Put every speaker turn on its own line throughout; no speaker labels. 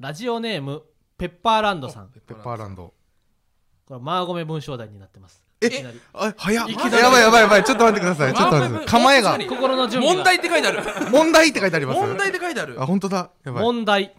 ラジオネームペッパーランドさん
ペッパーランド
これマーゴメ文章題になってます
え
いきなり
あ早っ
い
や
きなり
ばいやばいやばいちょっと待ってくださいちょっと待ってください構えが
え
心の準備が
問題って書いてある
問題って書いてあります
問題って書いてある
あ本当だやばい
問題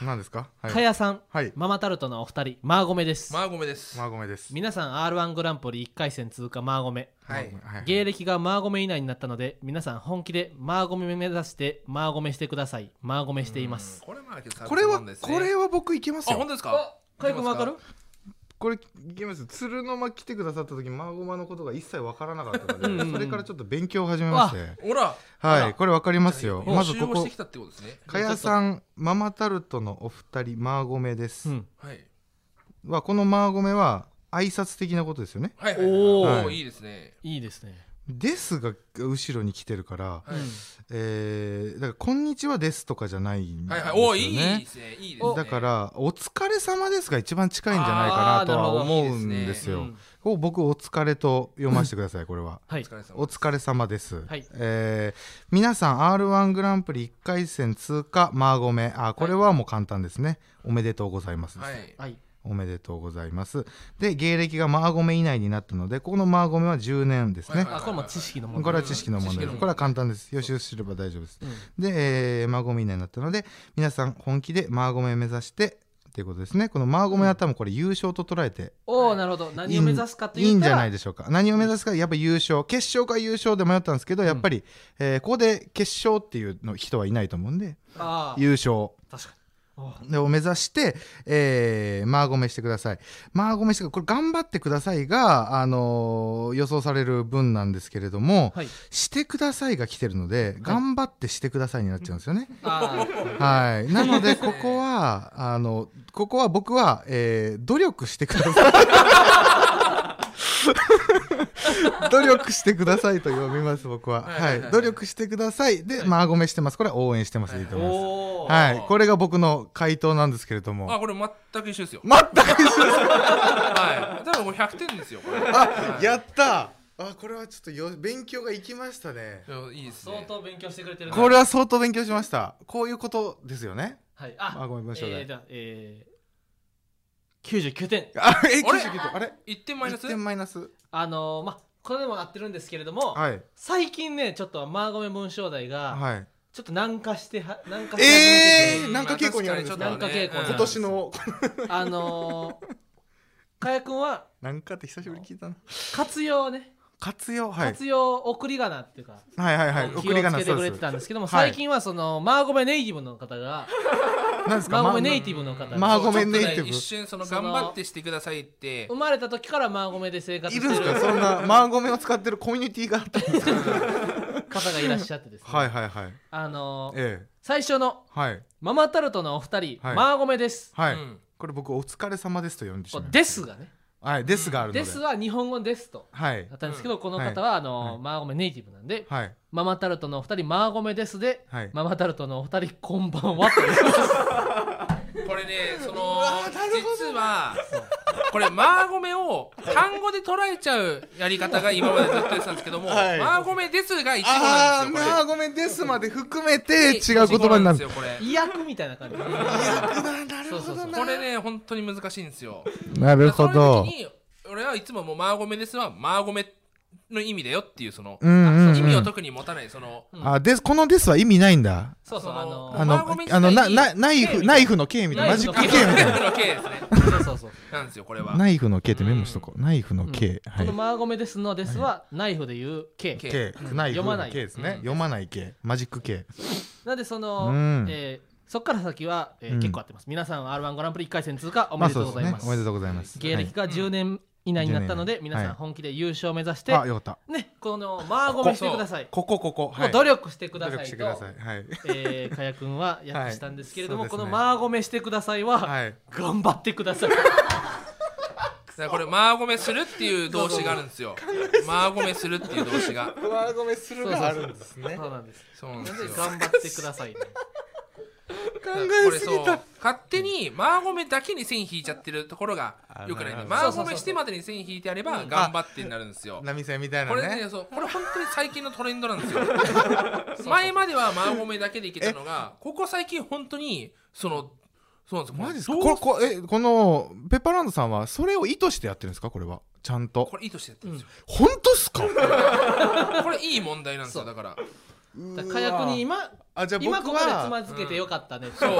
何ですかは
か
い
やさん
はい
ママタルトのお二人マーゴメです
マーゴメです
マーゴメです
皆さん r 1グランプリ1回戦通過マーゴメ
はい
マーゴメはい
芸歴がマーゴメ以内になったので皆さん本気でマーゴメ目指してマーゴメしてくださいマーゴメしています
これまあ結構
これは
サービス問題
こ
ですね
れは僕いけます
あ本
よ
当ですか
かいくんわかる
これいけます鶴の間来てくださった時マーゴマのことが一切わからなかったの
うんうんう
で
ん
それからちょっと勉強を始めまして
ほら
はいこれわかりますよまずこ
集合し
こ
てきたってことですね
かやさんママタルトのお二人マーゴメです
うん
はい
はこのマーゴメは挨拶的なことですよね
はいはい
お
ー
おーいいですね
いいですね
ですが後ろに来てるから
はい
えーだからこんにちはですとかじゃないんです
はい
よ
はい
ね
おーいいですねいいですね
だからお疲れ様ですが一番近いんじゃないかなとは
あーなるほ
ど
思うんです
う
よ
ん
こう僕お疲れと読ませてくださいこれ
は
は
お
い
疲れ様
お疲れ様です、
はい
えー皆さん r 1グランプリ1回戦通過マーゴメあこれはもう簡単ですね、おめでとうございますです、
はい
はい
おめでとうございますで芸歴がマーゴメ以内になったのでここのマーゴメは10年です
は
ね、
いはい
あこれも知識の問
これ
題
は知識の問題
知識
で
の問題
すこれは簡単です予習すれば大丈夫です、
うん
で、えーマーゴメ以内になったので皆さん本気でマーゴメ目指してっていうことですねこのマーゴメは多分これ優勝と捉えて
おおなるほど何を目指すかと
い
い
い
うん
じゃないでしょうか何を目指すかやっぱ優勝決勝か優勝で迷ったんですけどやっぱり、えーここで決勝っていうの人はいないと思うんで
ああ
優勝
確かにおー
を目指して、えーマーゴメしてくださいマーゴメしてくこれ頑張ってくださいが、あのー予想される分なんですけれども、
はい
してくださいが来てるので、頑張ってしてくださいになっちゃうんですよね。
あー
はい。なので、ここは、あの、ここは僕は、えー努力してくだ さい。努力してくださいと読みます、僕は。
はいはいは
はいい。努力してください。で、マーゴメしてます。これは応援してます。いいと思います。
おー
はい。これが僕の回答なんですけれど
あ
も。
これ全く一緒 ですよ
全く一緒です
はい多分もう100点ですよこれ
あ、やったあ、これはちょっとよ勉強がいきましたね。
いやいいです
相
ね
当勉強してくれてるね
これは相当勉強しました。こういうことですよね。
はいあ
あごめんごめん
えーじゃあえー99点
あ、え、
あれ
99点あれ
1点マイナス
1点マイナス。
あのーまあこれでも合ってるんですけれども
はい。
最近ねちょっとマーゴメ文章題が
はい。
ちょっと難化しては難化し
え
て
ーなんか傾向にあるんです
かなんか傾向にある
今年の
あのー、かやくんは
なんかって久しぶりに聞いたな
活用をね、
活用はい
活用送り仮名っていうか
はいはいはい
気を
送り仮
つ
名
けて
そ
く
う
れ
で
て
す
たんですけども、
はい
最近はそのマーゴメネイティブの方が
何ですか
マーゴメネ
ま
イティブの方が、
マーゴメ
そうちょっとね
ネイティブ
一瞬その頑張ってしてくださいって、
生まれた時からマーゴメで生活
い
し
るんで
て
す
る
かそんなマーゴメを使ってるコミュニティがあったんですか
方がいらっしゃってですね、
はいはいはい
あのー
ええ
最初の
はい
ママタルトのお二人、
はい
マーゴメです、
はいう
ん
これ僕お疲れ様ですと呼んでし
こ
ま
う
いました
ですがね
はいですがあるので
ですは日本語ですと
はい
だったんですけど、この方はあのー、
はい
マーゴメネイティブなんで、
はい
ママタルトのお二人マーゴメですで、
はい
ママタルトのお二人こんばんはと
これねその
わなるほど
実はこれマーゴメを単語で捉えちゃうやり方が今までずっとやってたんですけども、
はい
マーゴメですが一語な
あ
ん
ー
ですよ
マ
こ
ーゴメですまで含め
れ
て違う言葉にな
一語んで
る
すよこれ
意訳みたいな感じで
な
るほどなそうそうそう
これね本当に難しいんですよ
なるほ
そ
ど
ういう時に俺はいつももうマーゴメですはマーゴメの意味だよっていうその、
うんうんうん
意味を特に持たないその、
あですこのですは意味ないんだ
そうそうあの
も
あ
マー
の
ゴメ自体
あの
に
ななナイ
刑みたいな
フナイフの刑みたいなマジック
ナイ
刑
フ
み
の
たいな
の K ですね
そうそうそう
なんですよこれは
ナイフの刑ってメモしとこう。ナイフの刑。は
こ
い
の。マーゴメですのですはナイフで言う K
刑
刑。ナイフ
読まな
の
い
刑です
うん
ね。読まない刑。マジック刑。
なんでその
うん
えーそっから先はえー
うん
結構合ってます皆さん R1 グランプリ1回戦通過お
お
めでとうございます
おめでとうございます。
芸歴が10年以内になったので
うん
皆さ
は
ん
い
本気で優勝を目指して
はいあ、よかった。
ねこのマーゴメしてください
ここここ。
も
は
う
い。
努力してくだ
努
さ
力
い
して
と
ください。はい。
えーかやくんは訳したんですけれども
はい
こ
そうで
の
すね
マーゴメしてくださいは
はい。
頑張ってください
だからこれマーゴメするっていう動詞があるんですよマーゴメするっていう動詞が
マーゴメする
があるんです
ね
そうなんです
そうなんで
なん
す
で
よ
頑張ってくださいね
考
こ
え
れ
す
そう
ぎた。
勝手にマーゴメだけに線引いちゃってるところがよくないね
あ
マ
なる
ー
ほど
ゴメしてまでに線引いてやれば頑張ってになるんですよ
波線みたいな
これ
ね
ね。そうこれ本当に最近のトレンドなんですよ前まではマーゴメだけでいけたのがここ最近本当にそのそうなんです
マジです
こ
か
れ
これこれえこのペッパーランドさんはそれを意図してやってるんですかこれはちゃんと
これ意図してやってるんですよ、
本当っすか
これいい問題なんですよだか
だ
ら
から火薬に
うわ
今
あじゃあ僕
今ここでつま
は
ずけてよかったね、
そう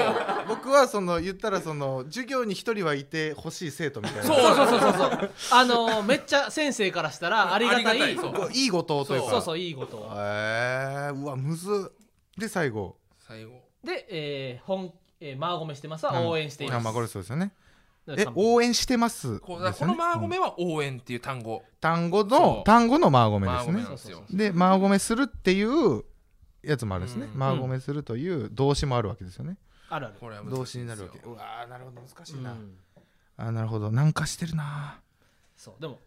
僕はその言ったらその授業に一人はいてほしい生徒みたいな
そう
そうそうそうそうあのー、めっちゃ先生からしたらありがたい
ありがたいそう
いい後藤というか
そうそういいことを
へえー、うわむずっで最後
最後
で、えー、本、えー、マーゴメしてますは応援しています、
あまあこれそうですよね
だか
え
ら
応援してます
こう
で
だ
す
か
よ
らこの
ね
マーゴ
うん
メは応援っていう単語、
単語
そ
の
う
単語のマーゴメ
マー
です
ゴメ
ね
なんですよ
でマーゴメするっていうやつもあるんですね、
うん
マーゴメするという動詞もあるわけですよね、
あるある
これは難しいんですよ
動詞になるわけうわーなるほど難しいな、
うん
あなるほどなんかしてるな
そうでも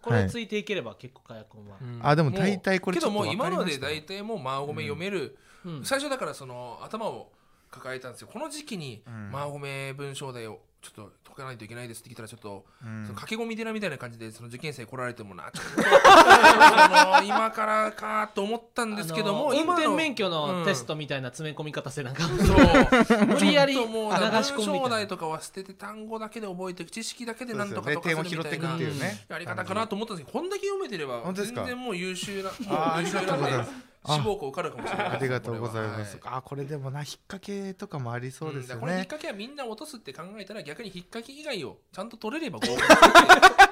これをついていければ結構火薬は、
うん
あでも大体これ
けどもう
ちょっと
今
わかり
の
ま
で
した
大体もうマーゴメ読める、
うん
最初だからその頭を抱えたんですよこの時期に
うん
マーゴメ文章題をちょっと解かないといけないですって聞いたらちょっと、
うん
その駆け込み寺みたいな感じでその受験生来られてもなちょっ とその今からかと思ったんですけど
あの
も、
ー運
今
転
の
免許
う
の
ん
テストみたいな詰め込み方してなんか、
そう
無理やり
ちょっともうだから
流し込むみたいな
文章題とかは捨てて単語だけで覚えて知識だけでなんとか
そう
と
で
か
すよね
するみたいな
点を拾って
いくっていうね
やり方かなと思ったんですけどこんだけ読めてれば
本当です
全
か
然もう優秀な
あー
もう優秀なん
ありがとうござい
で
ますあ
志望校受かるかもし れない
ありがとうございます
これはは
あこれでもな引っ掛けとかもありそうですよ
んだからこれ引っ
ね、
掛けはみんな落とすって考えたら逆に引っ掛け以外をちゃんと取れれば合格ってなっ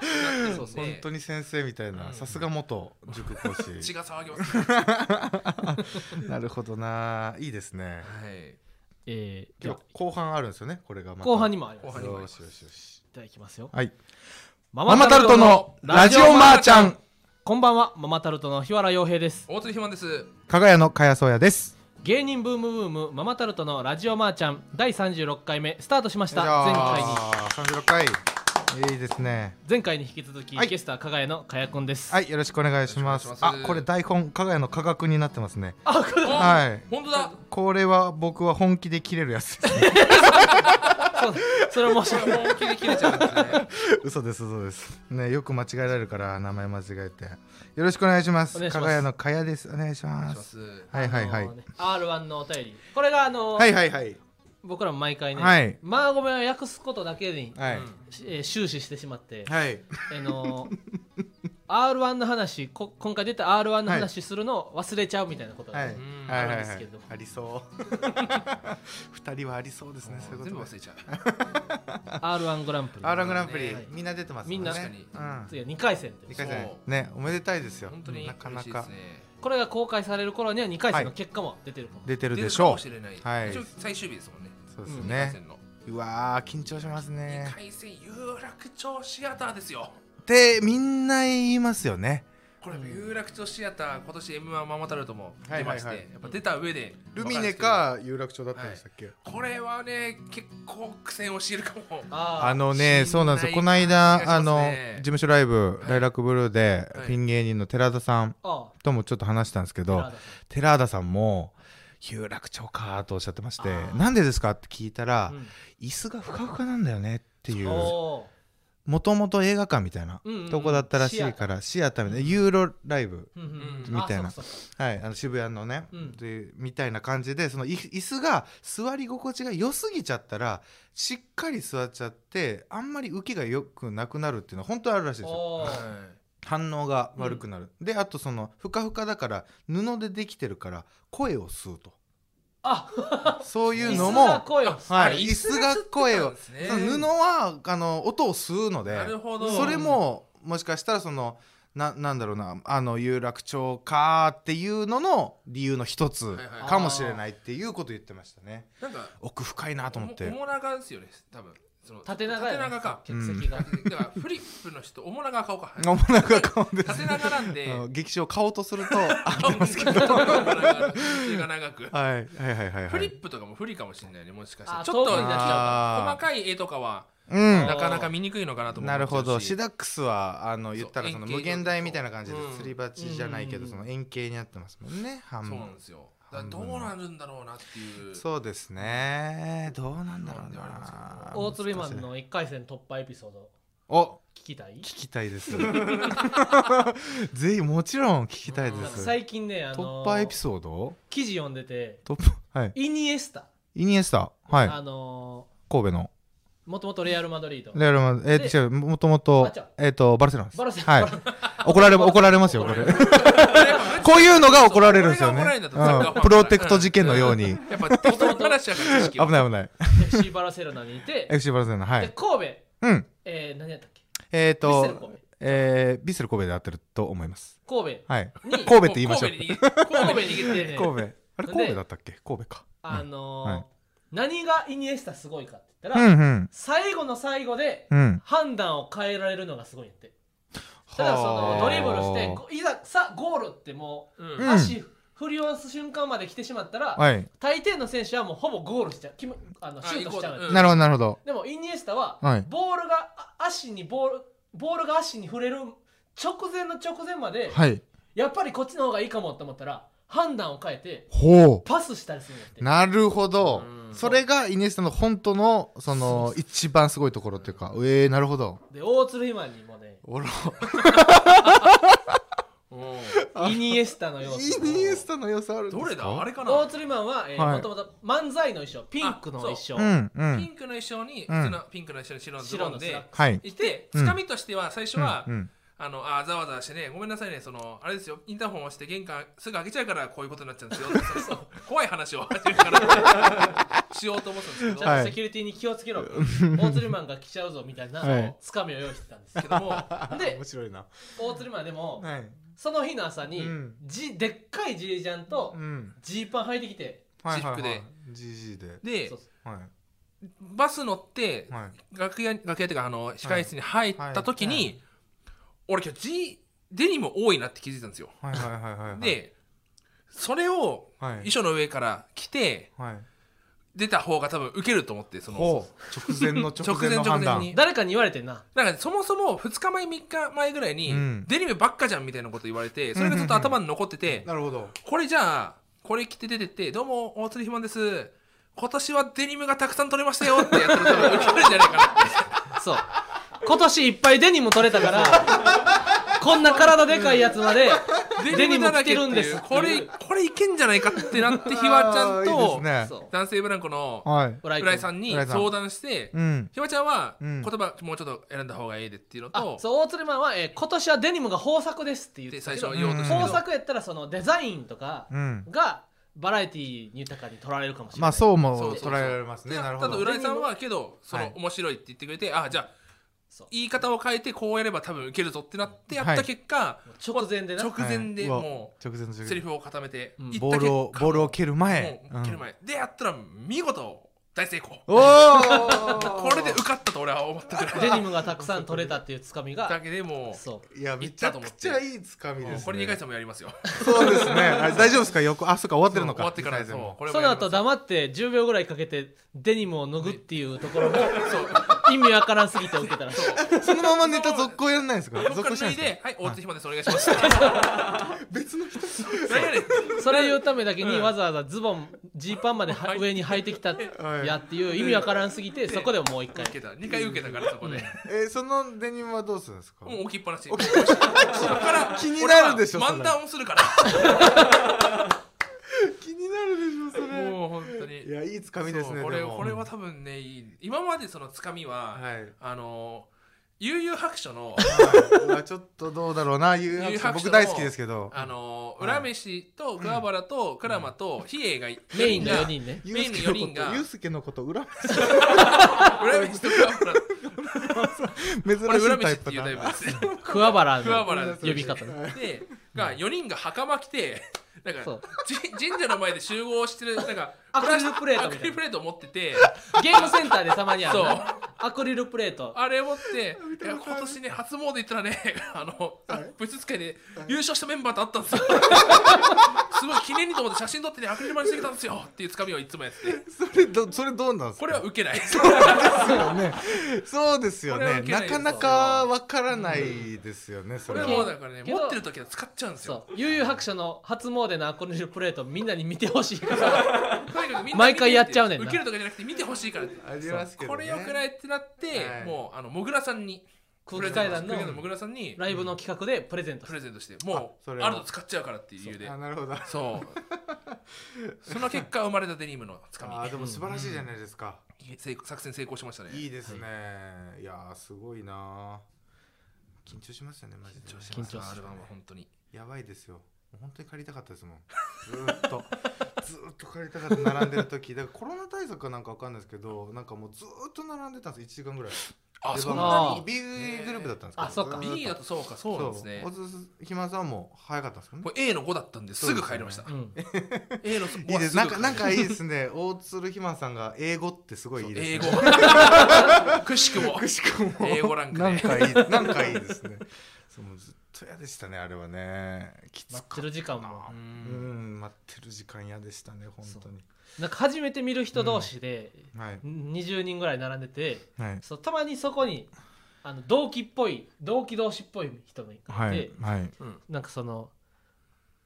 てそう
本当に先生みたいな、
うん
さすが元塾講 師
血が騒ぎます、ね、
なるほどないいですね
はい
えー、で
今
は
日後半あるんですよねこれがまた
後半にもあります
後半にもありま
よし
す
よしよし
いただきますよ
はい
マ
ママタルトのラジオマーちゃん
こんばんはママタルトの日原洋平です
大鶴ひまんです
かがやのかやそうやです
芸人ブームブームママタルトのラジオマーちゃん第36回目スタートしました
よいしょ
前回に
36回いいですね
前回に引き続き、
はい
ゲストは加賀谷の加谷くんです、
はいよろしくお願いします
よろしくお願いし
あ
ます
これ台本かがやの科学になってますね
あこれ
はい
本当だ
これは僕は本気で切れるやつです
そうそれ面白い
これ本気で切れちゃうんですね
嘘です嘘ですねよく間違えられるから名前間違えてよろしくお願いしま
お
す
願いしま
か
す
がやのかやですお願いし
お願
ま
いしますす
はいはいは
あ
い
のね R1 のお便りこれがあのー
はいはいはい
僕らも毎回ね、
はい
マーゴメを訳すことだけに、
はい
うん
しえー終始してしまって、
はい
あのー R1 の話こ今回出た R1 の話するのを忘れちゃうみたいなことが
は
ね、
い
ん
はいは
あ
い
るん
は
ですけ
い
ども
ありそう 二人はありそうですねそういう
全部
こと
忘れちゃう
R1 グランプリ
R1 グランプリ
そうね
みんな出てますも
みんな
ね
確かに
うん
次は2回戦って
二回戦
そう
ねおめでたいですよ
本当に
なか
嬉
な
しいです
か
ね
これが公開される頃には2回戦の
はい
結果も出てるかも、
出てる
出
で
る
し
か
ょ
もしれないう
はい
一応最終日ですもんね
そうです
二回
ね
戦の
うわー緊張します
二
ね
回戦有楽町シアターですよ
ってみんな言いますよね
これ有楽町シアター今年 M1 ママタルトも出まして、
はいはいはい
やっぱ出た上で
ルミネか有楽町だったんでしたっけ
これはね結構苦戦を強いるかも
あ
あの
信
ね
頼
そうなんですよこの
お願いし
間
ます
あの
ね
事務所ライブ
はい
ライラックブルーで
はい
ピン芸人の寺田さん
ああ
ともちょっと話したんですけど
寺田さ
寺田さんも有楽町かとおっしゃってまして
あー
なんでですかって聞いたら
んうん
椅子がふかふかなんだよねっていう
お
もともと映画館みたいな
うんうんうん
とこだったらしいからシアターみたいなユーロライブ
ーうんうん
みたいな
あそうかそう
はいあの渋谷のね
うん
でみたいな感じでそのい椅子が座り心地が良すぎちゃったらしっかり座っちゃってあんまり受けが良くなくなるっていうのは本当にあるらしい
か
ですよ
おー
反応が悪くなるであとそのふかふかだから布でできてるから声を吸うと
あ
そういう
椅
の
子が
も
声を
はい椅子が声を
そ
その布はあの音を吸うので
なるほど
それももしかしたらそのななんだろうなあの有楽町かっていうのの理由の一つ
はいはい
かもしれないっていうことを言ってましたね
なんか
奥深いなと思って
おもおもながですよね多分その
縦長やな
縦長か
客席が、
だからフリップの人おもなが顔か
おもなが顔です
縦長なんで
あの劇場買おうとする とあ
合ってますけど手が長く
はいはいはいはい
フ
は
リ
い
ップとかも不利かもしれないねもしかしたら
あ
ちょっと
遠くに出しちゃう
から
細かい絵とかは
うん
なかなか見にくいのかなと思っちゃ
な
うし
るほどシダックスはあの
う
言ったらその
円形
無限大みたいな感じで
うん
すり鉢じゃないけど
うん
その円形になってますもんね半
そう
分
なんですよだからどうなるんだろうなっていう
そうですねどうなんだろう
どうなんだろう
な
大鶴マンの1回戦突破エピソード
お
聞きたい
聞きたいです ぜひもちろん聞きたいで
なんか
す
最近ね、あ
突
の
破エピソード
記事読んでて
突破はい
イニエスタ、
イニエスタはい
あのー
神戸の
もともとレアル・マドリード
レアルマえ
で
ー、違うもともと
あ違う
えっ、とバルセロナです
バルセロナ
はい怒られ怒られますよこれこういうのが怒られるんですよね
これが怒られるんだと
うんプロテクト事件のように
やっぱ元々の話やから知識
危
は
ない危ない
FC バルセロナにいて
FC バルセロナ は
で
い
神戸、
うん
えー、何やったっけ
えっ、
ヴィッセル
と
神戸
えー、ビッセル神戸で合ってると思います
神戸
はい
に
神戸って言いましょう
神戸に神戸に逃げて
神戸
神戸あれ
で
神戸だったっけ神戸か
あのー
はい
何がイニエスタすごいかって言った
う
ら、
んうん
最後の最後で
うん
判断を変えられるのがすごいんやってただそ
は
の
あ
ドリブルしてこいざさあゴールってもう、
うん
足振り下ろす瞬間まで来てしまったら、
はい
大抵の選手はもうほぼゴールしちゃう決めあの
あ
シュートしちゃう
ゴールうん
なるほどなるほど
でもイニエスタは、
はい
ボールがあ足にボールボールが足に触れる直前の直前まで、
はい
やっぱりこっちの方がいいかもと思ったら判断を変えて
ほう
パスしたりするんだって
なるほど
うん
それがイニエスタの本当のその一番すごいところっていうかえー、なるほど
で大鶴ひまにもね
おら
う
イニエスタの要素
イニエスタの良さあるん
ん
ですか
どれだあれかな
大鶴マンは、え
はい
もともと漫才の衣装ピンクの衣装、
うんう
ピ
ん
ンクの衣装に
うん
普通のピンクの衣装に白のズボ
白
ン
のスラッ
で
ク
はい
いて
うん
つかみとしては最初は
うん
あのあーざわざわしてねごめんなさいねそのあれですよインターホンを押して玄関すぐ開けちゃうからこういうことになっちゃうんです よそうそう怖い話を始めからしようと思ってたんで
ち
すけ
ゃ
ど
ん
は
と
い
セキュリティに気をつけろ、大鶴マンが来ちゃうぞみたいな、
はい
つかみを用意してたんですけ
けども
どで
白いな
大鶴マンはでも、
はい
その日の朝に、
うん
じでっかいジージャンと
うん
ジーパン履いてきて、
はい
チップで
GG で
で
そうそう
はい
バス乗って
はい
楽屋楽屋っていうかあの控室に入った時に、
はいは
俺今日ジデニム多いなって気づいたんですよ、
はいはいはいはいはい
でそれを
はい
衣装の上から着て
はい
出た方が多分ウケると思ってその
ほう直前の直前の
直前直前
判
に
断
誰かに言われてんな
なんかそもそも2日前3日前ぐらいに、
うん
デニムばっかじゃんみたいなこと言われてそれがずっと頭に残ってて、
なるほど
これじゃあこれ着て出てって「どうも大鶴ひまんです今年はデニムがたくさん取れましたよ」ってやったら多分ウケるんじゃないかなって
そう今年いっぱいデニム取れた からこんな体でかいやつまでデニム着てるんです
これこれいけんじゃないかってなってひわちゃん
あーいいです
と
ね
そう
男性ブランコの
はい
浦
浦井さんに
浦井さん
相談して
うん
ひわちゃんは
うん
言葉もうちょっと選んだ方がいいでっていうの
あ
と
そう大鶴マンは、えー今年はデニムが豊作ですって言って
で
た
最
け
初
ど
は言おうとしたけ
豊
ど
作やったらそのデザインとか
うん
がバラエティ豊かに取られるかもしれな
ま
い、
あそう
そ
も
うそうそう
捉えられますねなるほ
ただ
ど
浦井さんはけどそ
は
の
い
面白いって言ってくれてあじゃあ
そう
言い方を変えてこうやれば多分ウケるぞってなってやった結果
直前でな
直前で
はいうわ
も
直前の直
う
前
セリフを固めて
うん
言った結果
ボールをボールを蹴る前
もう蹴る前でやったら見事大成功
うんおお
これで受かったと俺は思ってくれ
デニムがたくさん取れたっていうつかみ
だ
が
けでもう
そ
いやめちゃくちゃいいつかみです、ね、
これ2回戦もやりますよ
そうですねあ大丈夫ですか横あそうか終わってるのか
終わってから
二回戦
そう
も
こ
う
れ
そ
も
の
やります
後黙って10秒ぐらいかけてデニムを脱ぐっていうところも
そう
意味わからんすぎて受けたらしい
そのままネタ続行やんないんですか
そ
続
っか
行
ら
しな
脱い
いんです
ではい大津ひまですお願いします何
か別の人
やねん
それ言うためだけに
うん
わざわざズボンジーパンまでは上に履いてきたやっていう意味わからんすぎてそこでもう一回
受けた2回受けたからそこで
えー、そのデニムはどうするんですか
もう置きっぱなしそこから
気になるでしょ
俺は
それ
漫談をするから
気になるでしょそれ
もう本当
い
に
やいいつかみです
そ
ね
うこれ
でも
これは多分ねいい今までそのつかみは
はい
あの悠々白書の
うわちょっとどうだろうな誘
誘
惑
惑者
者
の
僕大好きですけど
あの
はい
浦飯と桑原と鞍馬と比叡が
メインの4
4
人ね
ユウスケ
メインの四人
のこ
が
とユウスケのこと裏
裏飯と桑原
珍し
これ裏
いタ
飯
イ
っ
プ
てい
だ
うタイプですね
桑原
桑
の
原です
呼び方ね
でが4人が袴着てなん
そ
か
う
じ神社の前で集合してるなんか
アクリルプレートみたいな
アクリルプレート持ってて
ゲームセンターでたまにある
そう
なアクリルプレート
あれ持っていや今年ね初詣行ったらね あの物質界で優勝したメンバーと会ったんですよ すごい記念にと思って写真撮ってねアクリル板にしてきたんですよっていうつかみをいつもやってて
それどそれどうなんです
こ
か
れはウケない
そうですよ
これは
ね
受けない
な
ですよ
かなかわからないですよねそ
こ
れ
れ
は
もうだからね
けど
持ってる時は使っちゃうんですよ
そう悠々白書の初詣のアクリルプレートみんなに見てほしいから
とにかくみんな
毎回やっちゃうねんな
受けるとかじゃなくて見てほしいからって
ありますけど
これよくないいってなって、
はい
もうあのもぐらさんに
空気階段
プレゼントしてくれた
の
もぐらさんに
ライブの企画でプレゼントし
プ
て
レゼントしても
あ
う
それを
あるの使っちゃうからっていう理由で
あなるほど
そうその結果生まれたデニムのつか
あーで
み
も素晴らしいじゃないですか、
成功作戦成功しましたね
いいですね、い、やーすごいなー緊張しますよねマジで
緊張
緊張
し
し
ま
ますす
アルバムは本当に
やばいですよ本当に借りたかったですもんずーっと ずーっと借りたかった並んでる時だからコロナ対策かなんかわかんないですけどなんかもうずーっと並んでたんです1時間ぐらい
あ
で
そん
ま
な
あ
に
B グループだったんですけど
あそうか
ずーっ
B だとそうかそうなんですね
そうおずひまさんも早かったんですけどね
これ A の5だったんですぐ帰りました、
うん
A の
いいですなんかなんかい
い
いです ね大鶴ひまさんが英語ってすごいいいですね
英語 くしくも
くしくも
英語ランク
なん
で
かいいなんかいいですねそうもうずっと嫌でしたねあれはねきつ
待っ
か
て
った
る時間も
う
うん
ん待ってる時間嫌でしたね本当に
なんか初めて見る人同士で
はい
20人ぐらい並んでて
はい
そうたまにそこにあの同期っぽい同期同士っぽい人もいて、
はいはい
うん
なんかその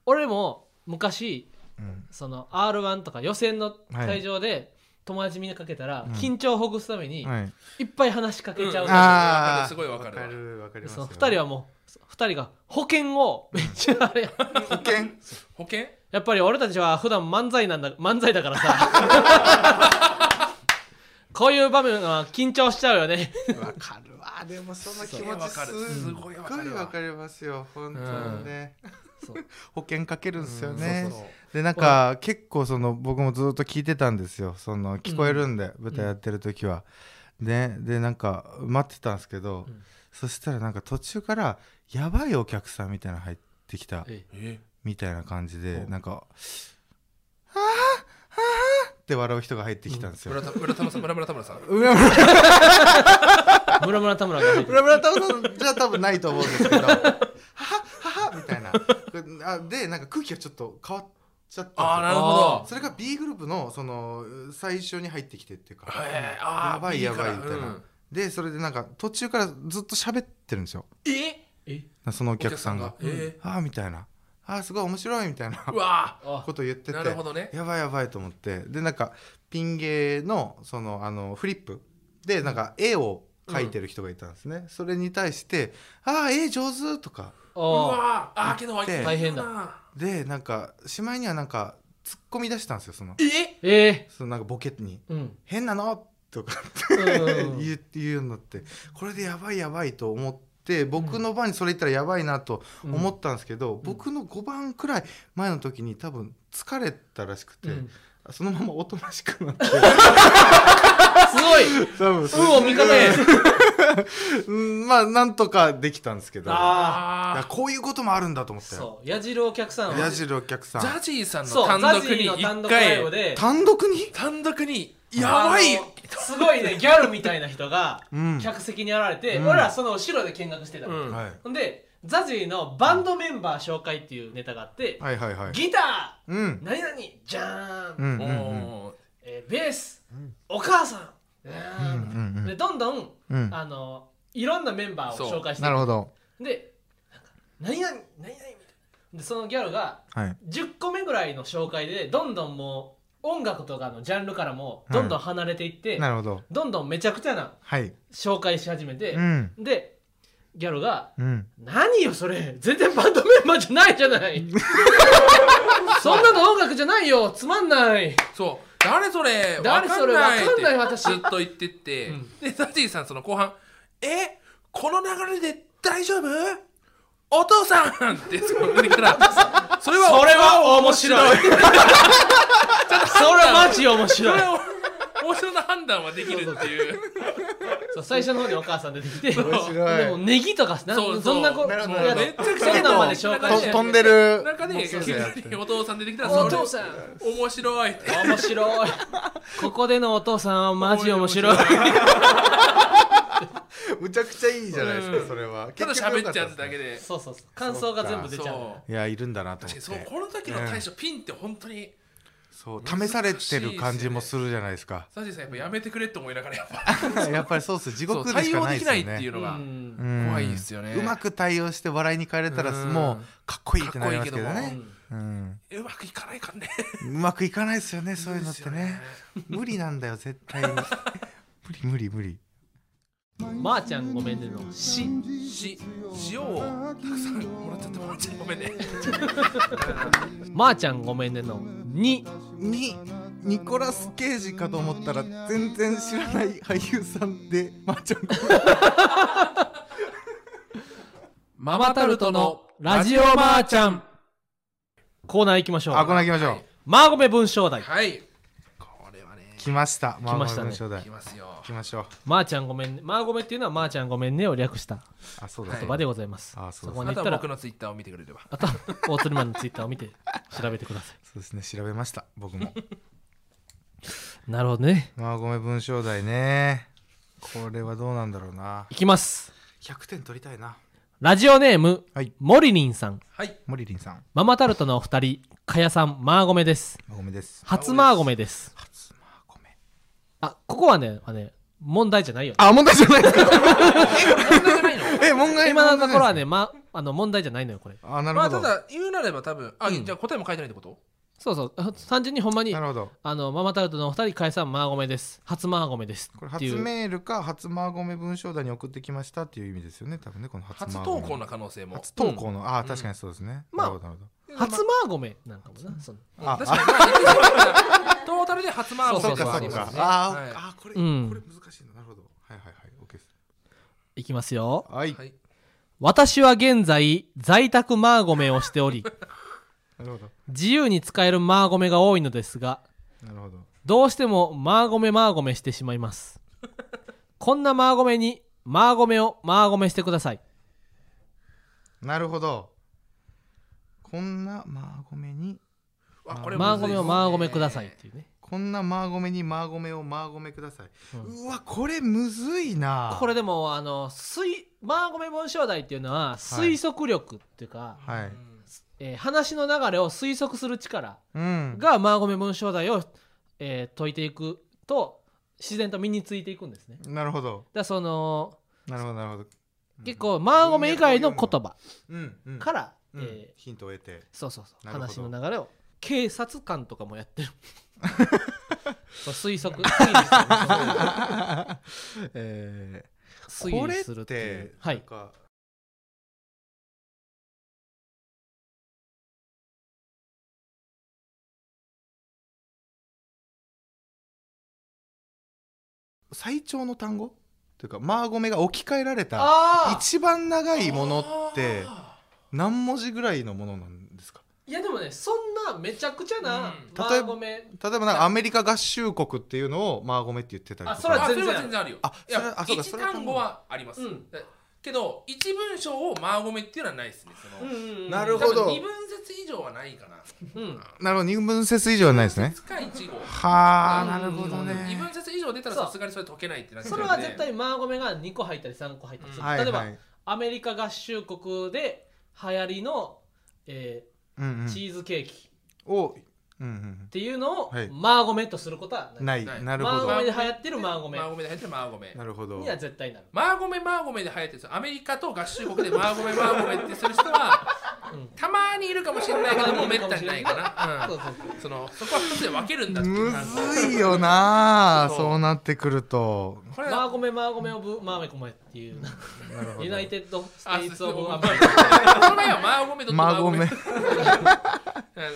俺も昔
うん
その r 1とか予選の会場で友達見かけたら、
うん
緊張をほぐすために
はい
いっぱい話しかけちゃう、
うん
の
あー
ー
すごいわかるわ
わかるわかります
そ
よ
の2人はもう2人が保険をめっちゃあれ
保険
保険
やっぱり俺たちは普段漫才なんだ漫才だからさこういう場面は緊張しちゃうよね
わかるわでもその気
そう
持
わ
ち
かる
す
す
っ
ご
ご
い
い
わかるわ
わかりますよ本当にね
そう
保険かけるんですよ
そ
ね
うそう
でなんか結構その僕もずっと聞いてたんですよその聞こえるんで、舞台やってる時は。ね、でなんか待ってたんですけど、
うん
そしたらなんか途中からやばいお客さんみたいなの入ってきた
え
え
みたいな感じで
うん
なんか「はあはあ」って笑う人が入ってきたんですよ。
村田村田村さん村村田村さん
村村
村村田村が入って
村村太郎さんじゃ多分ないと思うんですけど「はははは」みたいなあでなんか空気がちょっと変わっちゃったんですよ
あーなる
あ
ほ
それが B グループのその最初に入ってきてっていうか
どへえあー
やばいやばい
から
みたいな
うん
でそれでなんか途中からずっと喋ってるんですよ
え
え
そのお
お
客さんが
客え
ああみたいなああすごい面白いみたいな
ーうわ
あ
こと言って
ー
て
なるほどね
やばいやばいと思ってでなんかピン芸のそのあのフリップでなんか絵を描いてる人がいたんですね、それに対して「ああ絵上手」とか
あ
う
ー
わーあーけど
で
大変だ
でなんかしまいにはなんか突っ込み出したんですよその
え
え
そのなんかボケに
ー、うん
「変なの!」とか
うん
言う言うようになってこれでやばいやばいと思って僕の番にそれ言ったらやばいなと思ったんですけど、僕の5番くらい前の時に多分疲れたらしくて、
うん
そのままおとなし くなって
すごい
多分
運を味方へ
うんまあなんとかできたんですけどだか
あ
ら
あ
こういうこともあるんだと思って
そう矢印お客さんは
矢印お客さ
ー
ん
ジャジーさん
そ
の
う
単
ザ
独
ジー
に
の単
一
独ライブ
回
で
単独に
単独にやばい
あのすごいねギャルみたいな人が
うん
客席に現れて、
うん
俺らその後ろで見学してたの、
うん
はい
ほんでザジーのバンドメンバー紹介っていうネタがあって、
はいはいはい
ギタ
うん
ー何々じゃーん、
うんうんうん
おー
えーベース、お母さんうーん
うんうんうん
でどんどん、
うん
あのいろんなメンバーを紹介して
なるほど
でなんか何々何々みたいなでそのギャルが
はい
10個目ぐらいの紹介でどんどんもう音楽とかのジャンルからもどんどん離れていって、
なるほど
どんどんめちゃくちゃな
はい
紹介し始めて
う、ん
でギャルが
うん
「何よそれ全然バンドメンバーじゃないじゃない そんなの音楽じゃないよつまんない
そう誰それ
誰それ
わ
わかんない
って
私
ずっと言ってって、
うん
でザジーさんその後半えこの流れで大丈夫お父さんってそこ出てきたらそれは
それは面白い
それ
それはマジ面白い
は面白な判断はできるっていう
そう最初の方にお母さん出てきて
面白い
でもネギとかな
そうそう
そんなこ
なるほど
いや
なる
ほど
そんなんまで紹介
と
して
飛んでる
中で
そ
急
うそうやって
にお父さん出てきたら
お
それ
父さん
面白いって
面白いここでのお父さんはマジ面白い
むちゃくちゃいいじゃないです
う
か
ん
それは
ただ
結局
喋
良か
っちゃう
た
だ
で
けで
そうそうそう感想が全部出ちゃう
そ
すいやいるんだなと思
う
っ
そう
て
この時の対処ピンって本当に
そう試されてる感じもするじゃないですか
ザジーさんやっぱやめてくれって思いながらやっぱ
やっぱりそうっす地
そ
獄
う
で
対
しか
応
な
で
いで
き
す
ない
よ
っていう
ね
のが
うん
うん
怖いですよね
うまく対応して笑いに変えれたら
うん
もうかっこいいってなりますけど
かっこいい
け
ね
ど
うん
うまくいかないからね
うまくいかないですよねそういうのってね無理なんだよ絶対に無理無理無理
まー、ちゃんごめんねのし
し塩をたくさんもらっちゃってもらっちゃってごめんね
まー、ちゃんごめんねのに
にニコラス・ケイジかと思ったら全然知らない俳優さんでまー、ちゃん
ママタルトのラジオマーちゃん。コーナー行きましょう。
あこの行きましょう、
マーゴメ文章題。
はいこれはね
来ました
ましたね
来ま
きますよ
来ましょう
マーちゃんごめんね。マーゴメっていうのはマーちゃんごめんねを略した
あそうだ、
はい
そう
場
だ
でございます。
あそうです
こに
あ
行
と
った
は
ら
僕、のツイッターを見てくれれば
あとは大鶴マンのツイッターを見て調べてくださ
そうですね調べました僕 も
い。なるほどね。
まあごめん文章題ねこれはどうなんだろうない
きます。
100点取りたいな
ラジオネーム、
はい
モリリンさん。
はい
モリリンさん
ママタルトのお二人、かやさん、マーゴメです。
ごめんです
初マーゴメです。
初まあごめん
あ、ここはね、まあね問題じゃないよ。
あ問題じゃないですか
問題じゃないの
え問題
今のところは
ね
ね、ま、あの問題じゃないのよ、これ。
あなる
ま
ほ
あ
ど、
ただ言うなれば多分あ、
うん
じゃあ答えも書いてないってこと
そうそう、あ単純にほんまに
な、るほど
あのママタルトのお二人、かやさん、マーゴメです。初マーゴメです。
これ
って
初
いう
メールか初マーゴメ文章題に送ってきましたっていう意味ですよね多分ねこの初
初
マーゴメ
投稿の可能性も
初投稿の、あー確かにそうですね、
まあ
なるほどなるほど
初マーゴメなんかもな。その
あ
確かにまあトータルで初マーゴ
そ
そうう
そ
か
う
そ
そ
う
う
か。あー、
は
あーこれ、
うん
これ難しいな。なるほど。はいはいはい。オッケーです。
いきますよ。
はい。
いはい
私は現在、在宅マーゴメをして おり、
なるほど。
自由に使えるマーゴメが多いのですが、
なるほど。
どうしてもマーゴメマーゴメしてしまいます。こんなマーゴメに、マーゴメをマーゴメしてください。
なるほど。こんなマーゴメに、
あこれ
マー
むず
ゴ
い
メ
です
を
ね
マーゴメくださいっていうね。
こんなマーゴメにマーゴメをマーゴメください。
う
うんわ、これむずいな。
これ。でも、あの、水、マーゴメ文章題っていうのは、推測力っていうか、
は
う
い。
ん
えー話の流れを推測する力
うん。
がマーゴメ文章題を、えー解いていくと、自然と身についていくんですね。だか
なるほど。
らその、
なるほど、なるほど。
結構マーゴメ以外の言葉
うん、うん。
か、ら、
うん
えー
ヒントを得て。
そうそうそう
なるほど
話の流れを警察官とかもやって るそう推測推理す
え
る
ー、
推
こ
理
れ
する
っ
っていう
て、
は
ないんか最長の単語というかマーゴメが置き換えられた
あ
一番長いものって何文字ぐらいのものなんですか
いやでもねそんなめちゃくちゃな、
うん
マーゴメ
例えばなんかアメリカ合衆国っていうのをマーゴメって言ってたりと
あ
か
それは
あそれ
全
は
然
全然あるよ
あ
い
それ
や
はあそうか
一
それは
単語はあります
うん
だけど一文章をマーゴメっていうのはないですねその
なるほど
多分二分節以上はないかな
ど、うん
なるほど二分節以上はないですね
二か一語
はあ
うん
なるほど
二
ね
分節以上出たらさすがにそれ解けないってなっちゃ
そ
うん
れ
で
は絶対マーゴメが2個入ったり3個入ったりする、例えば、アメリカ合衆国で流行りの、え
うんう
ー
ん
チーズケーキっ
を、うんうん
ていうのを、
はい
マーゴメとすることは
うん、ない
ない
なる
マ
ほ
ー
ど
ゴメで流行ってるマーゴメ
マーゴメで入ってるマーゴメ
なるほど
には絶対なる、
マーゴメマーゴメで流行ってるんですよアメリカと合衆国でマーゴメマーゴメってする人は、
うん
たまにいるかもしれないけどもうめったにないかな、、
そううそうそうん
そのそこは一つで分けるんだっていう
む
感じ
ずいよなあ
そう
そうなってくると
これ
マーゴメマーゴメオブマーメコメっていう
なるほ
ユナイ
ど
テッドステ
あ
イツ
そう
オブ
ま
ア
あ
メ
まあ
リ
そ
カ
の辺はマーゴメと
マーゴ
マ
メ
なんですけど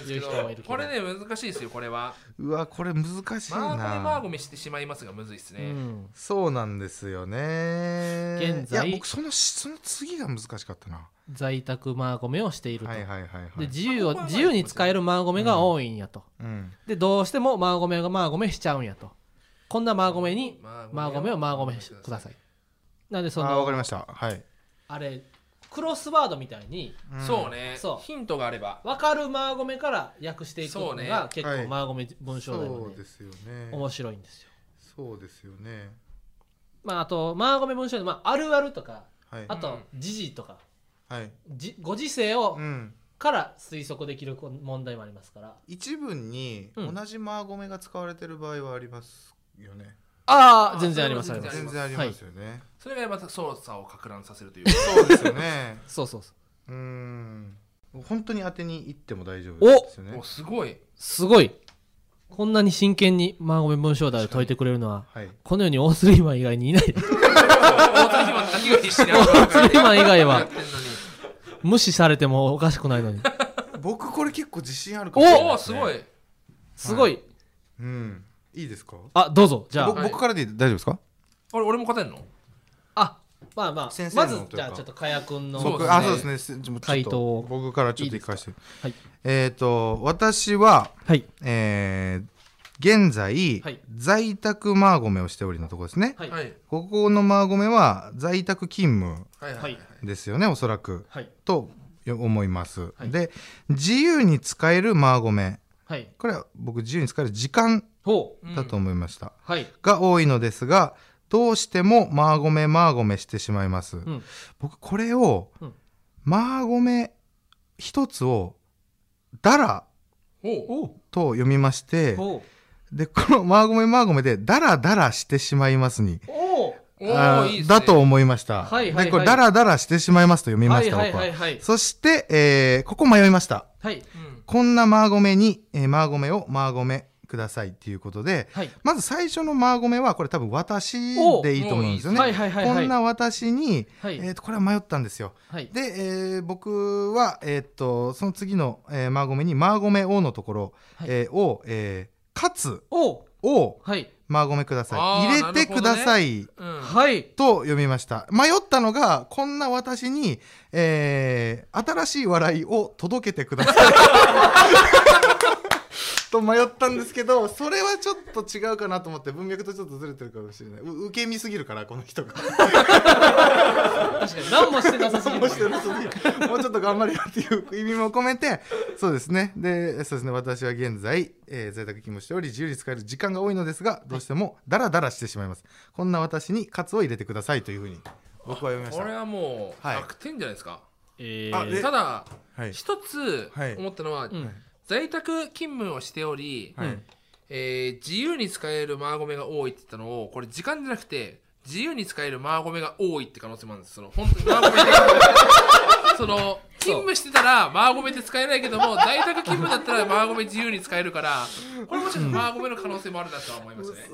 言う人もいるけど
これね難しいですよこれは
うわこれ難しい
マーゴメマー
な
ゴメしてしまいますがむずいです
う
ね、
ん
そうなんですよね
現在
いや僕そのその次が難しかったな
在宅マーゴメをしていると、
はいはいはいはい
で自由を
あここはまあ
自由に使えるマーゴメが多いんやと、
うん、
でどうしてもマーゴメがマーゴメしちゃうんやとこんなマーゴメにマーゴメをマーゴメしてくださいなんでそ
ああわかり
のあ
ましたはい、
れクロスワードみたいに
ん
そうね
そう
ヒントがあれば
分かるマーゴメから訳していくの
そうね
が結
は
構
い
マーゴメ文章題は
そう
ね
ですよね
面白いんですよ
そうですよね
まああとマーゴメ文章で、まあ、あるあるとか
はい
あと時事とか
はい
じご時世を
うん
から推測できるこ問題もありますから
一文に
うん
同じマーゴメが使われてる場合はありますよね、
ああ
あ
全然ありますあ
そ
り
れ
ま
は
す
全然ありますよね、
それがまた操作をか乱させるという
そうですよね
そうそうそう
うーん本当に当てに行っても大丈夫
お
ですよね
おすごい
すごいこんなに真剣にマーゴメ文章題を解いてくれるのは
はい
この世にオースリーマン以外にいない
大谷君は何が必死であの
オースリーマン以外
やっ
は
てんのに
無視されてもおかしくないのに
僕これ結構自信あるかもしれない
おお
ですね
ごい
すごい
うんいいですか
あどうぞじゃ
僕
あ
はい
僕からで大丈夫ですか
あれ俺も勝てんの
あまあまあ
先生の
まず
という
じ
か
ゃあちょっとかやくんの
そうですね
僕あそうですねちょっと
回答を
僕からちょっと行かせて
はい
えっ、と私は
はい
えー現在、
はい
在宅マーゴメをしておりのところですね、
はい
はい
ここのマーゴメは在宅勤務
はいはい
はい
ですよねおそらく
はい
と思います、
はい
で自由に使えるマーゴメ
はい
これは僕自由に使える時間
ほう
だと思いました、
はい
が多いのですがどうしてもマーゴメマーゴメしてしまいます、
ん
僕これを、
うん
マーゴメ一つをダラ
おう
ほ
と読みまして
うほ
でこのマーゴメマーゴメでダラダラしてしまいますに
うお
おー
あー
いいっすね
だと思いました、
はいはいはい
でこれダラダラしてしまいますと読み
う
ま
は
し
い
た、
はいはい
僕は
はい
そして、えーここ迷いました
はい
うん
こんなマーゴメに、えーマーゴメをマーゴメくださいっていうことで、
はい
まず最初のマーゴメはこれ多分私でいいと思うんですよね。
はいはいはい
こ
はい
んな私に、
はい
えー、とこれは迷ったんですよ。
はい
で、えー僕は、えー、とその次の、えーマーゴメに「マーゴメを」のところ、
はい
えーを、えーかつ
おう」
を
はい
マーゴメください
あー
入れてください、
うん
はい
と読みました迷ったのがこんな私に、えー新しい笑いを届けてください と迷ったんですけどそれはちょっと違うかなと思って文脈とちょっとずれてるかもしれないう受け身すぎるからこの人が
確かに何もしてなさすぎ
もうして
る
なさすぎるもうちょっと頑張れよっていう意味も込めてそうですねでそうですね私は現在、えー在宅勤務しており自由に使える時間が多いのですがどうしてもダラダラしてしまいますこんな私にカツを入れてくださいというふうに僕は読みまし
こ
た
れはもう
はい
100点じゃないですか、
え
あで
ー
ただ
はい
一つ
はい
思ったのは、
うん
在宅勤務をしており、
はい
うん
えー自由に使えるマーゴメが多いって言ったのをこれ時間じゃなくて自由に使えるマーゴメが多いって可能性もあるんですその本当にマーゴメでその勤務してたらマーゴメって使えないけども在宅勤務だったらマーゴメ自由に使えるからこれもしかしたらマーゴメの可能性もあるなとは思いましたね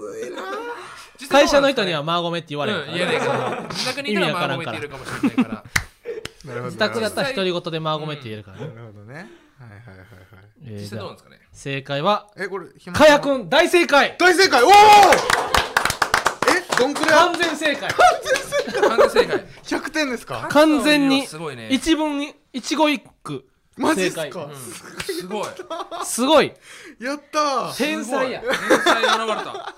実際
会社の人に
どう
はマーゴメって言われ
な
る
ん
か
ですか
ら
ねうん言えないから自宅にいたらマーゴメって言えるかもしれないから
なるほど
自宅だった
な
ら独り言でマーゴメって言えるからね
るほどね。はいはいはいはい。
えー
実
じ
際
ゃ
どうな
あ
んですかね
正解は
え、これ、ひま
かやくん大正解
大正解おおえ、どんくらい
完全正解
完全正解
?100 点ですか
完全に
すごいね
一文に一語一句
マジっす
正解
か
すごい
すごい
やったー
天才や
すごい天才現れた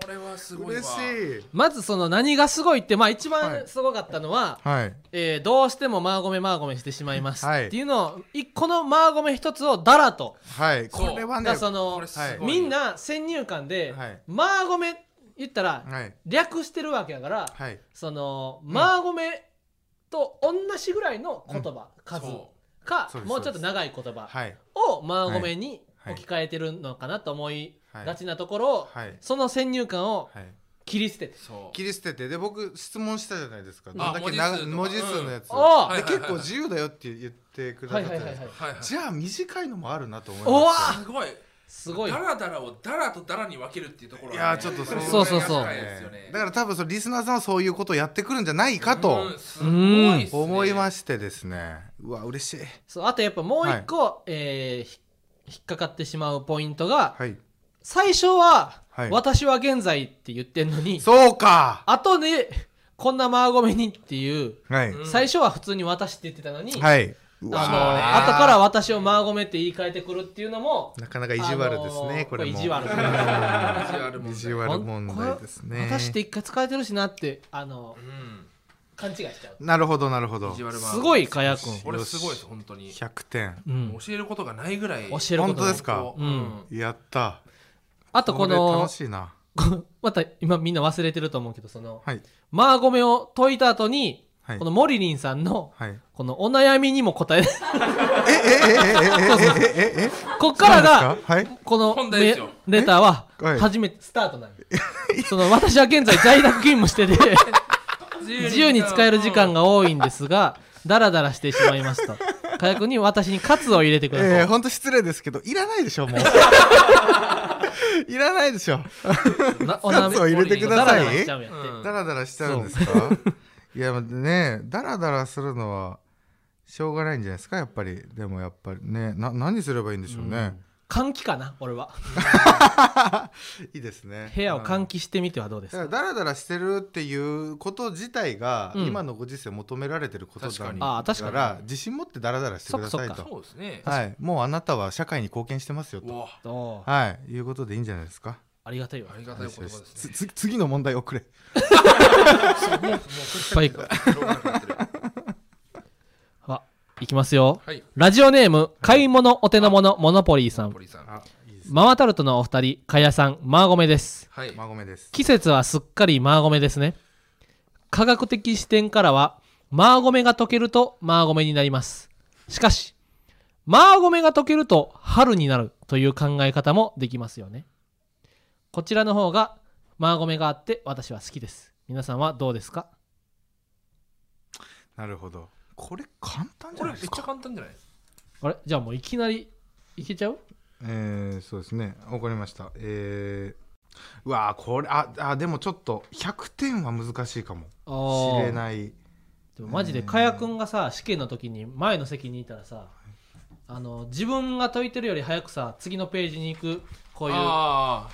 これはすごいわ
嬉しい。
まずその何がすごいってまあ一
は
番
い
すごかったのは、
はい。
えーどうしてもマーゴメマーゴメしてしまいます、
はい
っていうのをいこのマーゴメ一つをダラと
はい。
そう
これはね
が、その
これすごい、
はい
みんな先入観で、
はい
マーゴメ言ったら
はい。
略してるわけやから、
はい。
そのマーゴメと同じぐらいの言葉、数
そ
か
そうです
もうちょっと長い言葉
はい。
をマーゴメに
はい
置き換えてるのかなと思い
はい
がちなところを、
はい
その先入観を
はい。
切り捨てて
う。そう
切り捨てて、で、僕、質問したじゃないですか。どん
あ
だけ長い
文
文
字
字
数とか
数のやつ。
おー
で、結構
はいはいはいはい
自由だよって言ってくださ
は
っ
い
た
は
じ
い
ゃ
は
ない
い
です
は
か
い。
はいはい
じゃあ、短いのもあるなと思いま
おわ
した。
すごい
すごい
ダラダラをダラとダラに分けるっていうところ
い
は
や
ね、
ーちょっと
う
れ
そうそうそう
深いですよね
だから多分そのリスナーさんはそういうことをやってくるんじゃないかと
うんすごいっすね
思いましてですねうわ嬉しい
そうあとやっぱもう一個、えーひ引っかかってしまうポイントが、
はい
最初は、
はい
私は現在」って言ってんのに
そうか
あとで「こんなマーゴメに」っていう、
はい
ん
最初は普通に「私」って言ってたのに、
はい
あ
う
の
わ
後から「私をマーゴメ」って言い換えてくるっていうのも
なかなか意地
あ
悪ですね
のー
これも
意地悪
意地悪も
意地悪問題ですね
私って一回使えてるしなってあの
うん
勘違いしちゃう
なるほどなるほど
意地悪
すごいかやくん、
これすごいです本当に、
100点
うん、
教えることがないぐらい
教えること
本当ですか
本当うん
やった
あとこ
れ
の
楽しいな
また今みんな忘れてると思うけどその
はい
マーゴメを解いた後に、
はい
このモリリンさんの
はい
このお悩みにも答え
えええええええええええ
こっから
そう
が
ですかはい
この
本題で
レ
すよ
レターは
えはい
初めてスタートなんでその私は現在在宅勤務してて自由に使える時間が多いんですがダラダラしてしまいますと火薬に私にカツを入れてくださ
え
い、
え本当失礼ですけどいらないでしょも ういらないでしょ
なお悩み
カツを入れてください
ダラダラしちゃうんやって、
うん
ダラダラしちゃうんですか いやねダラダラするのはしょうがないんじゃないですかやっぱりでもやっぱりねな何すればいいんでしょうね、
換気かな俺はい
いですね
部屋を
うん
換気してみてはどうです
だ
か、
からダラダラしてるっていうこと自体が、
うん
今のご時世求められてることだ
確かに
ああ確かに
ら自信持ってダラダラしてくださ
そ
い
っか
と
そうですね。
はいもうあなたは社会に貢献してますよ
う
と
わ、
おー
はいいうことでいいんじゃないですか
ありがたいわ
あ
い
り
っ
がたい言葉です
つ
ね。
つ次の問題をくれ
もう、もう、
ぱい
広がらなくなってる
あいきますよ
はい。
ラジオネーム買い物お手の物モノポリーさん
ポリさん。
あいいです
ママタルトのお二人かやさんマーゴメです
はい。
馬込です
季節はすっかりマーゴメですね科学的視点からはマーゴメが溶けるとマーゴメになりますしかしマーゴメが溶けると春になるという考え方もできますよねこちらの方がマーゴメがあって私は好きです皆さんはどうですか
なるほどこれ簡単じ
こ
ゃ
れめっ
ないです
ちゃ
か
簡単じゃない
あれじゃあもういきなりいけちゃう
えー、そうですねわかりましたえー、うわーこれああでもちょっと100点は難しいかも
あ
知
ー
れない
でもマジでかやくんがさ試験の時に前の席にいたらさあの自分が解いてるより早くさ次のページに行くこういう
あ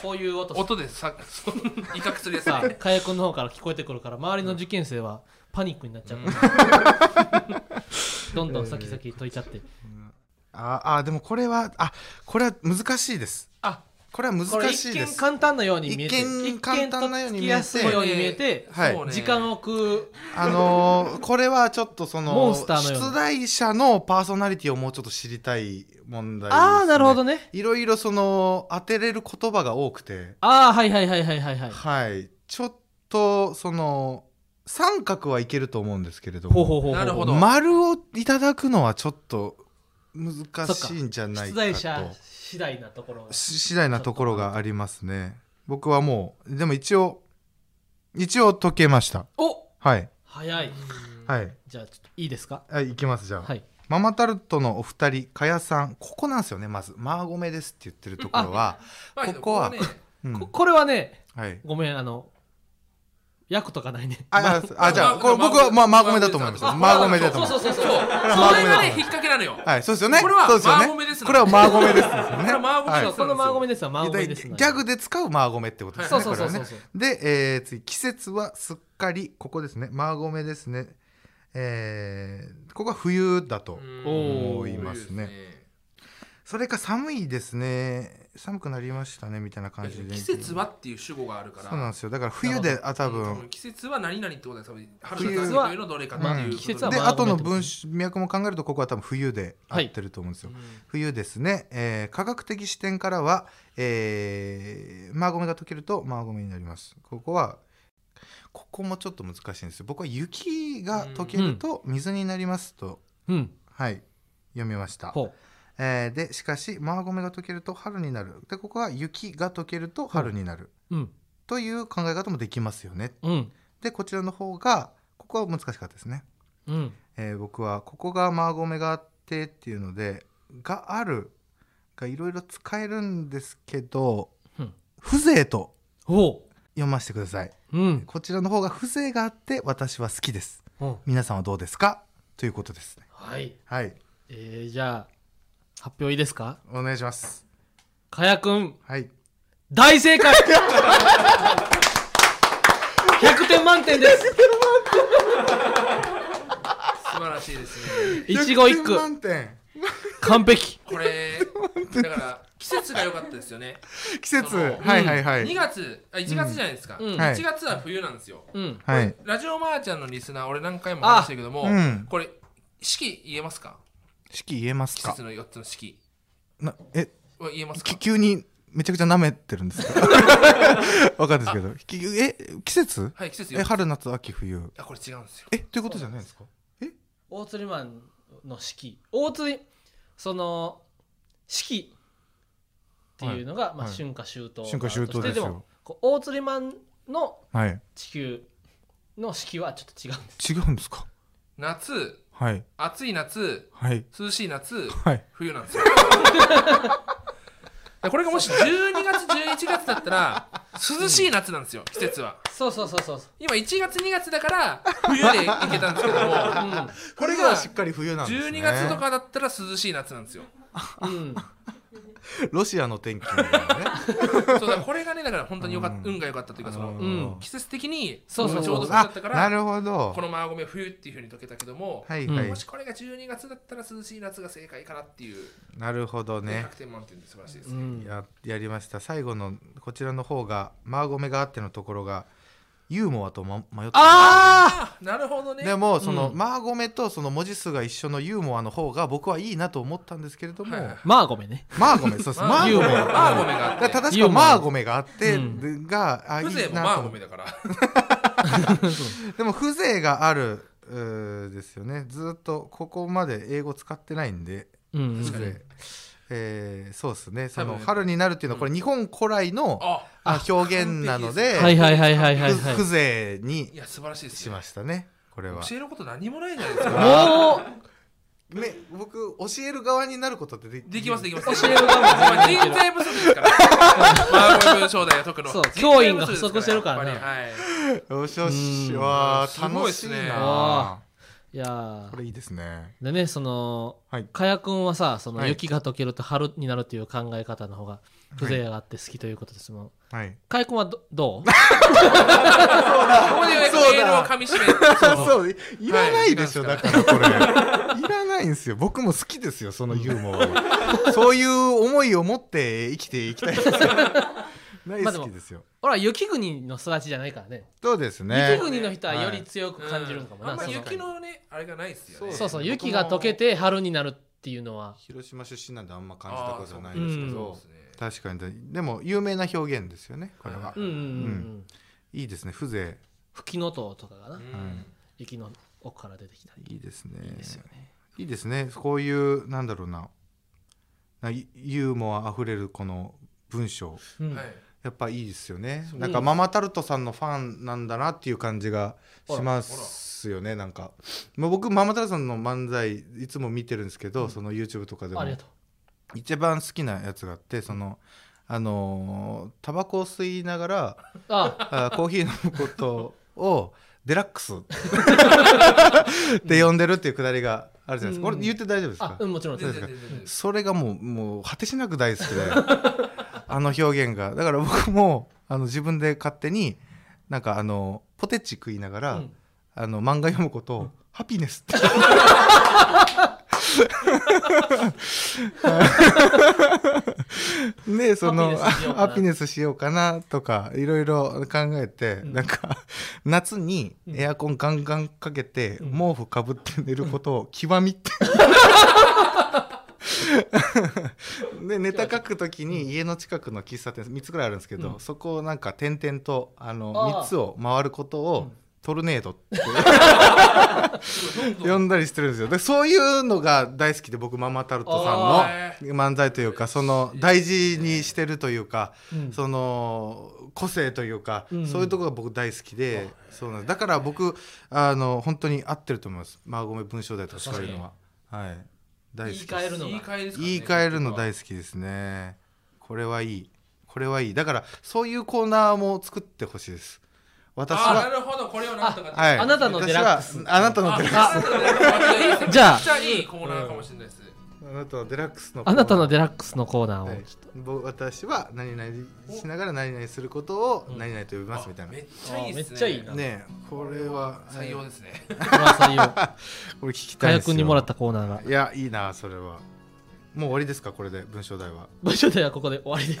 こういう音
あ、音でさ、そう威嚇するやつ
さ
ね。
火薬の方から聞こえてくるから周りの受験生はパニックになっちゃうから、どんどん先々解いちゃって、
ああでもこれはあこれは難しいです
あ、
これは難
これ
し
一
いで
見
す
簡単なように見えて
一見簡単なように見え
一見と
て
っつきやすいように見えて、
はい
そうね
時間を食う
あのーこれはちょっとそ
モン
の
スターのような
出題者のパーソナリティをもうちょっと知りたい問題ですね、
ああなるほどね
いろいろその当てれる言葉が多くて
ああはいはいはいはいはいはい
はいちょっとその三角はいけると思うんですけれども
ほうほうほうほう
なるほど
丸をいただくのはちょっと難しいんじゃな
出
いかと
題者次第なところが
し次第なところがありますね僕はもうでも一応一応解けました
お
はい
早い
はい
じゃあちょっといいですか
はいいきますじゃあ、
はい
ママタルトのお二人かやさんここなんですよねまず「マーゴメです」って言ってるところは、
まあ
ここは
ね
うん
ここれはね
はい
ごめんあの役とかないね
あああじゃあ
ま
これ僕はまあマーゴメだと思います
ま
よ
あ
マーゴメだと
そう
思
そう
いま
そ
す
うそう
そう。それがね、引っ掛けなのよ。
はいそうですよね
これは
そうですよね
マーゴメですな
これはマーゴメですですよね
これはマーゴメ
は
で
い
す
このマーゴメですはマーゴメです
ギャグで使うマーゴメってことです
そ
ね。
うそうそうそう
これはねで、えー次季節はすっかりここですねマーゴメですね。えーここは冬だと、
うん
おー
いま
そ
すね
うですね
それか寒いですね寒くなりましたねみたいな感じで
季節はっていう主語があるから
そうなんですよだから冬であ多分
季節は何々ってことです多分春
冬
夏秋冬のどれかなってい
う
うこと
ん季節は
で
マー
後
ゴメ
の
ってこと
文脈も考えるとここは多分冬で合ってると思うんですよ、冬ですね、えー科学的視点からは、えーマーゴメが溶けるとマーゴメになりますここはここもちょっと難しいんですよ僕は雪が溶けると水になりますと、
うん
はい読みました、
ほう
えーでしかしマーゴメが溶けると春になるでここは雪が溶けると春になる、
うん
という考え方もできますよね
うん
でこちらの方がここは難しかったですね
うん
えー僕はここがマーゴメがあってっていうので「がある」がいろいろ使えるんですけど
うん
「風情」と
ほ
読ませてくださいう
うん
こちらの方が風情があって私は好きです
ほ
皆さんはどうですかということですね
うはい
はい
えー、じゃあ発表いいですか
お願いします
かやくん
はい
大正解 100点満点です
素晴らしいです ね
一期一
100
句
満点
完璧
これだから季節が良かったですよね
季節
その
はいはいはい、
2月あ1月じゃないですか、
うん
はい
1月は冬なんですよ
うん
はい
ラジオマーちゃんのリスナー俺何回も話してるけども、
あうん
これ四季言えますか
四季言えます
季
か
節の4つの四季
なえ
は言えますか
き急にめちゃくちゃ舐めてるんです かわかんないですけどきえ季節
はい季節
え
4つ
春夏秋冬
あこれ違うんですよ
えということじゃないんですか
大釣りマンの式大釣りその式っていうのが、まあ、
はい
春夏秋冬
春夏秋冬ですよ
でもこう大釣りマンの
はい
地球の式はちょっと違うんです
違うんですか
夏
はい
暑い夏
はい
涼しい夏
はい
冬なんです よこれがもし12月11月だったら涼しい夏なんですよ季節は
そうそうそうそう
今1月2月だから冬で行けたんですけどもこれが
かり冬な
12月とかだったら涼しい夏なんですよ
うん、うん、
ロシアの天気みたいな ね
そうだからこれがねだから本当によかっ
うん
運が良かったというかその、
ん
季節的に
そうそう
ちょうどそうだ
あ
ったか
な
ら
るほど
このマーゴメ冬っていうふうに溶けたけども、
はいはい、
う
もしこれが12月だったら涼しい夏が正解かなっていう、
なるほどね
100点満点で素晴らしいです
う
ね、
ん、
ややりました最後のこちらの方がマーゴメがあってのところがユーモアと、ま、迷って
あ
あなるほどね
でもその、
うん
マーゴメとその文字数が一緒のユーモアの方が僕はいいなと思ったんですけれども、
はいはい
ーマーゴメね
マーゴメそうですマーゴメ
ユーモア
マーゴメがあっ
だ
て
から正し
ユ
く
ー
は
モ
マ
ア
ーゴメがあって、
う
があいい
風情もマ
な
ー
と
ゴメだから
でも風情があるうーですよねずっとここまで英語使ってないんで
うん
風
確
情
かに、
えーそうですねそ
多
の
分
春になるっていうのはこれ日本古来の、
あ
あ表現なので
はいはいはいはいはいはい
ふ風情に
いや素晴らしいです
し
ね
ましたねこれは
教えること何もないじゃないですか
もう
め僕教える側になることってで
できますで
き
きます
教える側も全然いける
人材不足ですからマーゴメ文章題が解くの
そう
人材足
教員が不足してるからね
やっぱりはい
よしよし
うん
わ
す
ー
ごい
楽
っ
し
す
い
ね
な
わいや
これいいですね
ーでねその
はい
かやくんはさその
はい
雪が溶けると春になるっていう考え方の方が風情があって好きということですもん、
はい
かやくんはどどう
ここでようやく
そうだ
メールをかみしめ
そういいらないでしょ、
はい
だからこれいらないんですよ僕も好きですよそのユーモアはそういう思いを持って生きていきたいですよ大
まあでも
好きですよ
ほら雪国の育ちじゃないからね
そうですね
雪国の人はより強く感じるんかもな、
あんま
その
雪のねあれがないですよね
そうそう
僕も
雪が溶けて春になるっていうのは
広島出身なんであんま感
あー
じたことない
ん
ですけ
け
ど、
ど
そうですね
確かにでも有名な表現ですよねこれは、
は
うんうんうん、う
うん
ん、
いいですね風
吹きの塔とかがな、
うん
雪の奥から出てきたり
情いいですね
いいですよね、
いいですねこういうなんだろうななユユーモアあふれるこの文章
うん
はい
やっぱいいですよね
そう
なんかママタルトさんのファンなんだなっていう感じがしますよねなんか、まあ、僕ママタルトさんの漫才いつも見てるんですけど、その YouTube とかでも
ありがと
一番好きなやつがあってそのあのータバコを吸いなが
う
ら
あ
あ ーコーヒー飲むことをデラックスって呼んでるっていうくだりがあるじゃない
う
ですか、
ん
これ言って大丈夫です
あ
か、
うんもちろん
全
です
そう
然
ですか
全然全然
それがもうもう果てしなく大好きで あの表現がだから僕もあの自分で勝手になんかあのポテチ食いながら、
うん
あの漫画読むことを、ハピネ ス ってでそのハ
ハ
ピ
ピ
ネスしようかなとかいろいろ考えて、
うん
なんか夏に
うん
エアコンガンガンかけて、
うん
毛布かぶって寝ることを極み ってでネタ書くときに家の近くの喫茶店3つぐらいあるんですけど、
うん
そこをなんか点々とあの
ああ
3つを回ること
う
を
ん
トルネー ドって
どんどん
呼んだりしてるんですよでそういうのが大好きで僕ママタルト
あ
さんの漫才というかその大事にしてるというか
うん
その個性というか、
うん
そういうところが僕大好きで、そうなんですだから僕あの本当に合ってると思いますマーゴメ文章題とかそういうのは、はい、大好き
言い換えるの
言い
が
換えですからね
言い換えるの大好きですねこれはいいこれはいいだからそういうコーナーも作ってほしいです私
あーな
は
るほどこれをなんとか
はい
あなたのデラックス
私はあなたのデラック
ああ
じゃあ
めっちゃいいコーナーかもしれないです
スあなたのデラックスのコー
あ
ナー
なたのデラックスのコーナーを、
はい僕私は何々しながら何々することを何々と呼びますみたい
あめ
な
っちゃいいで
あ
すね
めっちゃいいな
ねえこれは
採用ですね
これは採用
これ聞きた
か
い
や
です
く
よ
んにもらったコーナーが
いやいいなそれはもう終わりですかこれで文章題は
文章ではここで終わりです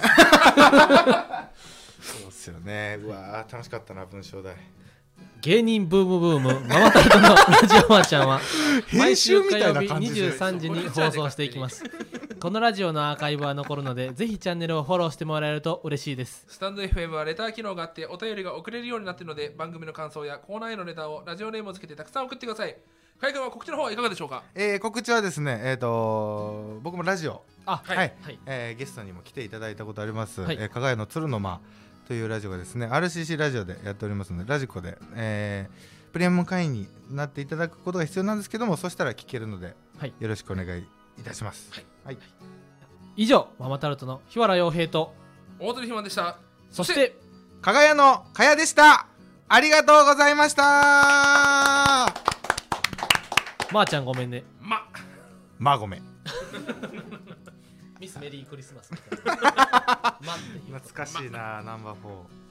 そうですよねうわー楽しかったな文章題
芸人ブームブームママタルトのラジオマちゃんは
編集みたいな感
毎
じ
週
です
火曜日23時に放送していきますこのラジオのアーカイブは残るのでぜひチャンネルをフォローしてもらえると嬉しいです
スタンド FM はレター機能があってお便りが送れるようになっているので番組の感想やコーナーへのレターをラジオネームをつけてたくさん送ってくださいかいくんは告知の方はいかがでしょうか
えー告知はですね、えー、と僕もラジオ、
あ
はい
はい
えーゲストにも来ていただいたことあります、
はい
えー加賀屋の鶴の間というラジオがですね RCC ラジオでやっておりますのでラジコで、えープレミアム会員になっていただくことが必要なんですけどもそしたら聞けるので、
はい
よろしくお願いいたします、はい
以上ママタルトの日原洋平と
大鳥ひまんでした
そして
加賀屋の加谷でしたありがとうございました
まー、ちゃんごめんね
ま
まあごめん
ミスメリークリスマスみたいな。待っていう
懐かしいなナンバーフォー